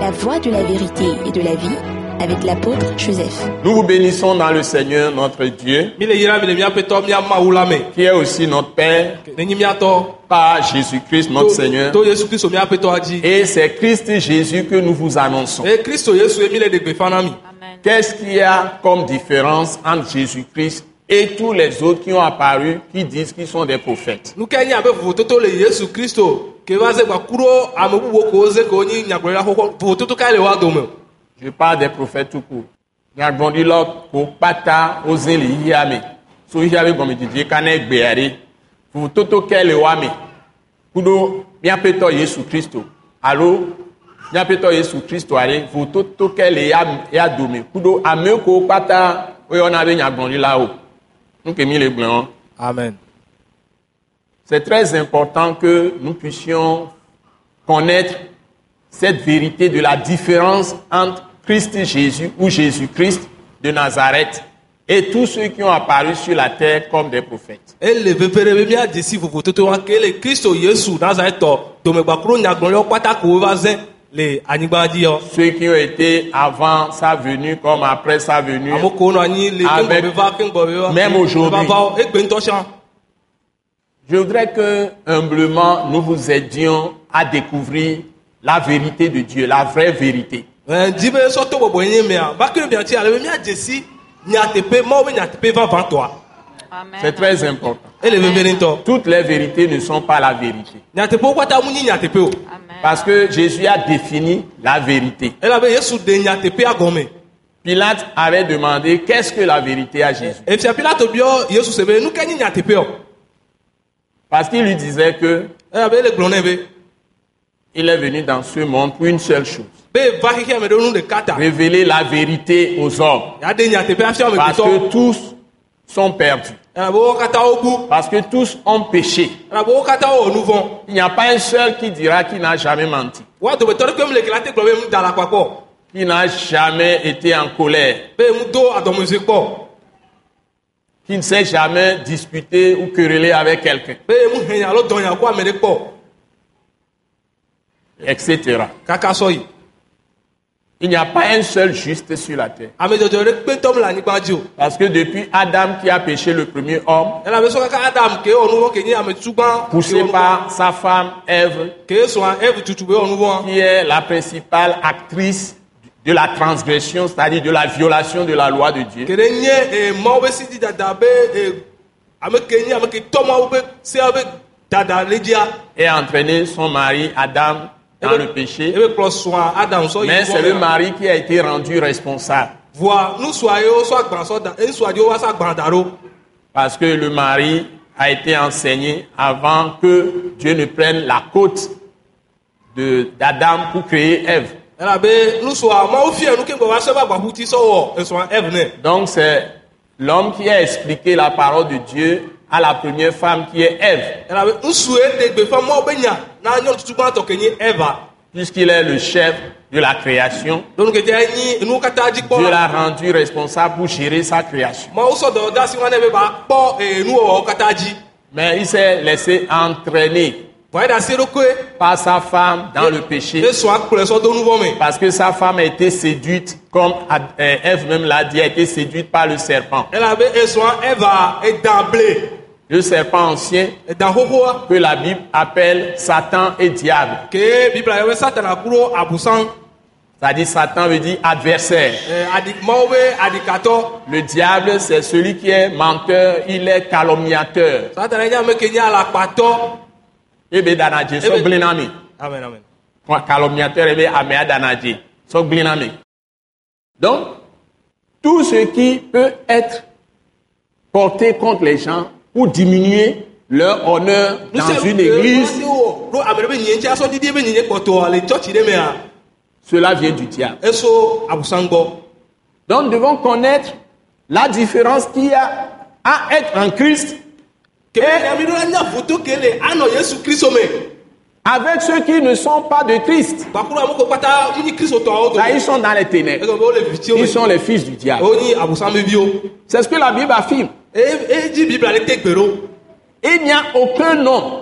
la voie de la vérité et de la vie avec l'apôtre Joseph. Nous vous bénissons dans le Seigneur notre Dieu, mi le yra mi le míaƒe tɔ míama wu la me qui est aussi notre Père, nenyi míatɔ par Jésus-Christ notre Seigneur. to yesu kristu míaƒe tɔa dzi Et c'est Christ Jésus que nous vous annonçons. eye kristu E yesu ye mi le ɖe gbefa na mi Qu'est-ce qu'il y a comme différence entre Jésus-Christ et tous les autres qui ont apparu, qui disent qu'ils sont des prophètes nuke nye abe vovototo le yesu kristu ke va ze gba ku ɖo ame bubuwo ko woze ke wonyi nyagblɔɖila xoxo vovototo kae le woa dome Je parle des prophètes tout court. Nyagbɔndilɔ ko pata oze le yi ame. So yi ame gɔmedzidzi ka ne gbe aɖe. Vototo ke le wo ame. Kuɖo míaƒetɔ Yesu Kristo alo míaƒetɔ Yesu Kristo aɖe vototo ke le ya, ya dome. Kuɖo ame ko pata woyɔna be nyagbɔndilawo. Nuke mi le gblɔm. amen hein. C'est très important que nous puissions connaître cette vérité de la différence entre Christ Jésus ou Jésus-Christ de Nazareth et tous ceux qui ont apparu sur la terre comme des prophètes. ele veveɖe E be míadze si vovototo wa ke le kristu yesu nazaretɔ dome gba ku ɖo nyagblɔɖilawo kpata ko wova ze le anyigba dzi yɔ Ceux qui ont été avant sa venue comme après sa venue. amewo ko nɔ anyi le Avec- keŋgɔbe va keŋgɔbe va Même aujourd'hui. va E va egbe ŋutɔ tsã Je voudrais que humblement nous vous aidions à découvrir la vérité de Dieu, la vraie vérité. Ɛɛ, di be sɔtɔ bɔbɔ ye nye mea bakiri miatsi ale be miadzesi nyateƒe mɔwo be nyateƒe vavãtɔa C'est très important. ele veveni ŋutɔ Toutes les vérités ne sont pas la vérité. nyateƒewo katã mu nyi nyateƒe o Parce que Jésus a défini la vérité. elabe yesu de nyateƒea gɔme Pilate avait demandé qu'est-ce que la vérité à Jésus. efia pilato biɔ yesu se be nu ka nyi nyateƒeɔ Parce qu'il lui disait que elabe ele gblɔ nɛ be il est venu dans ce monde pour une seule chose be va xexea me ɖe nu ɖeka ta révéler la vérité aux hommes. yaɖe nyateƒea fia me Parce gbetɔ que tous sont perdus. elabe wo katã woku Parce que tous ont péché. elabe wo katã wowɔ nu vɔ Il n'y a pas un seul qui dira qu'il n'a jamais menti, woa dometɔ ɖe kpe mi le kela te gblɔ be mu da la kpakpɔ qu'il n'a jamais été en colère, be mu do adɔmezue kpɔ qu'il ne s'est jamais disputé ou querellé avec quelqu'un, be mu henya alo dɔnya ku ame ɖe kpɔ etc. kaka sɔ yi Il n'y a pas un seul juste sur la terre. ame dzɔdzɔ ɖe kpe ŋutɔ mele anyigba dzi o Parce que depuis Adam qui a péché le premier homme, elabe sɔ kaka adam ke ewɔ nu vɔ ke nye ame tugbã ke poussé ewɔ nu vɔ par sa femme Ève, ke sɔa evu tutu be ewɔ nu vɔ qui est la principale actrice de la transgression, c'est-à-dire de la violation de la loi de Dieu. ke ɖe nye e, emawo be sidi dada be eh, ame ke nye ame ke tɔmawo be sea be dada le dzia Et a entraîné son mari Adam dans le péché. ebe kplɔ sɔa adam sɔ Mais yi c'est le vɔ mari qui a été rendu responsable. voa nusua yewo sɔ agba sɔ da e, enusua yewo wa sɔ agba da ɖo Parce que le mari a été enseigné avant que Dieu ne prenne la côte de- d'Adam pour créer Ève. elabe nusua mawo fia nu ke ŋgɔ va sɔ ebe agbaƒuti sɔ wɔ esɔa evu nɛ Donc c'est l'homme qui a expliqué la parole de Dieu à la première femme qui est Ève. elabe nusue de gbeƒã mawo be nya na nyɔnu tutu gbãtɔ ke nye eva puisqu'il est le chef de la création, lɔnu ke dzia enyi enuwo katã dzi Dieu kpɔ la l'a rendu responsable pour gérer sa création. mawo sɔ dɔwɔdasi wa ne be ba kpɔ eh, nuwɔwɔwo katã dzi Mais il s'est laissé entraîner vɔ ye ɖasi eɖokoe par sa femme dans le péché, ye sɔa kplɔe sɔ do nuvɔ me parce que sa femme a été séduite, comme Ad- euh, Ève même l'a dit, a été séduite par le serpent. elabe esɔa eva edã ble Le serpent ancien edã xoxoa que la Bible appelle Satan et diable. ke bibla yɔ be satana ku ɖo abusan C'est-à-dire Satan veut dire adversaire. eh, aɖi- mawo be aɖikatɔ Le diable, c'est celui qui est menteur, il est calomniateur. satana nye ame ke nye alakpatɔ Et bien, dans la gestion, Eh ben- Blenami. amen amen calomniateur et amea danadje. So gliname. Donc, tout ce qui peut être porté contre les gens pour diminuer leur honneur Nu dans sia nu une ke église, wɔ ɖo ame ɖe be nyie ŋtsi asɔ didi be nyie kpɔtɔa le tsɔtsi ɖe mea cela vient du diable. eso abusan gbɔ Donc, nous devons connaître la différence qu'il y a à être en Christ ke be nyia mi ɖo la nya voto ke le anɔ yesu kristu me avec ceux qui ne sont pas de Christ. kpakpɔ ame ko kpata wonyi kristotɔawo Là, ils dome. sont dans les ténèbres. egɔme wole vitiwo Ils me sont les fils du diable. wonyi abusan viviwo C'est ce que la Bible affirme. eye dzi bibla ɖe te gbe ɖo Il n'y a aucun nom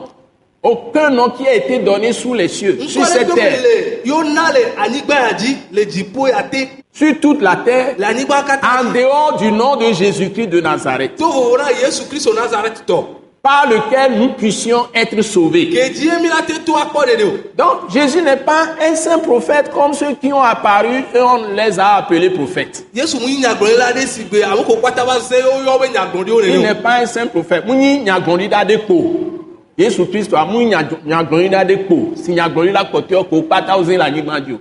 Aucun nom qui a été donné sous les cieux, sur Ŋkɔ ɖe cette tome terre, le Yona le anyigba ya dzi le dziƒo ya te sur toute la terre, le anyigba katã en dehors du nom de Jésus-Christ de Nazareth, to vovo na Yesu Kristu Nazareth tɔ par lequel nous puissions être sauvés. ke dzie mi la te to akpɔ ɖeɖe o. Donc Jésus n'est pas un saint prophète comme ceux qui ont apparu et on les a appelés prophètes. Yesu ŋu nyagblɔɖila aɖe si gbe ame ko kpata va se woyɔ be nyagblɔɖiwo Il ɖeɖe n'est o. pas un saint prophète. Mu nyi nyagblɔɖila ɖe ko. ah, Yesu Kristu amu nyi nyadzo- nyagblɔɖila ɖe ko. Si nyagblɔɖila kpɔtɔe ko kpata wo zẽ le anyigba dzi o.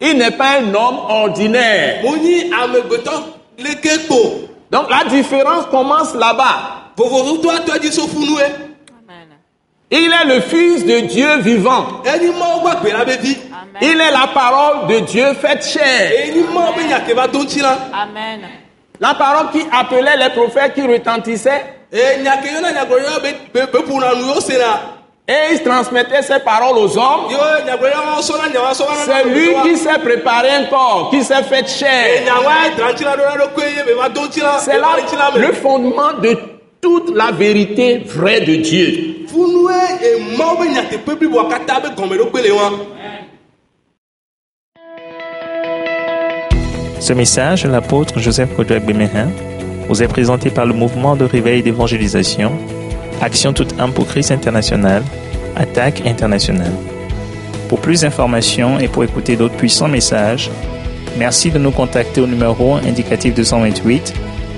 Il n'est pas un homme ordinaire. Mo nyi amegbetɔ leke kpo Donc la différence commence là-bas. vovovotoa tɔ dzi sofunue Il est le fils de Dieu vivant. enyi mɔwo gba gbe la be vi Il est la parole de Dieu faite chair. enyi mɔwo be nyake va do ŋtsi la La parole qui appelait les prophètes qui retentissaient ee nyake yɔ na nyagblɔɖila be be be ƒona nu yɔ se na et ils transmettaient ces paroles aux hommes. yɔ nyagblɔɖila sɔ na nyawa sɔ na C'est lui qui s'est préparé un corps, qui s'est fait chair. nyawa ye dra ŋtsi la ɖo na ɖokoe ye be va do ŋtsi la C'est là be va ŋtsi la le me fondement de toute la vérité vraie de Dieu. funue emɔwo be nyateƒe bliboa katã be gɔmeɖokpe le wa. Ce message de l'apôtre Joseph Kodouak Bemehin vous est présenté par le mouvement de réveil d'évangélisation, Action toute âme pour Christ international, Attaque internationale. Pour plus d'informations et pour écouter d'autres puissants messages, merci de nous contacter au numéro indicatif 228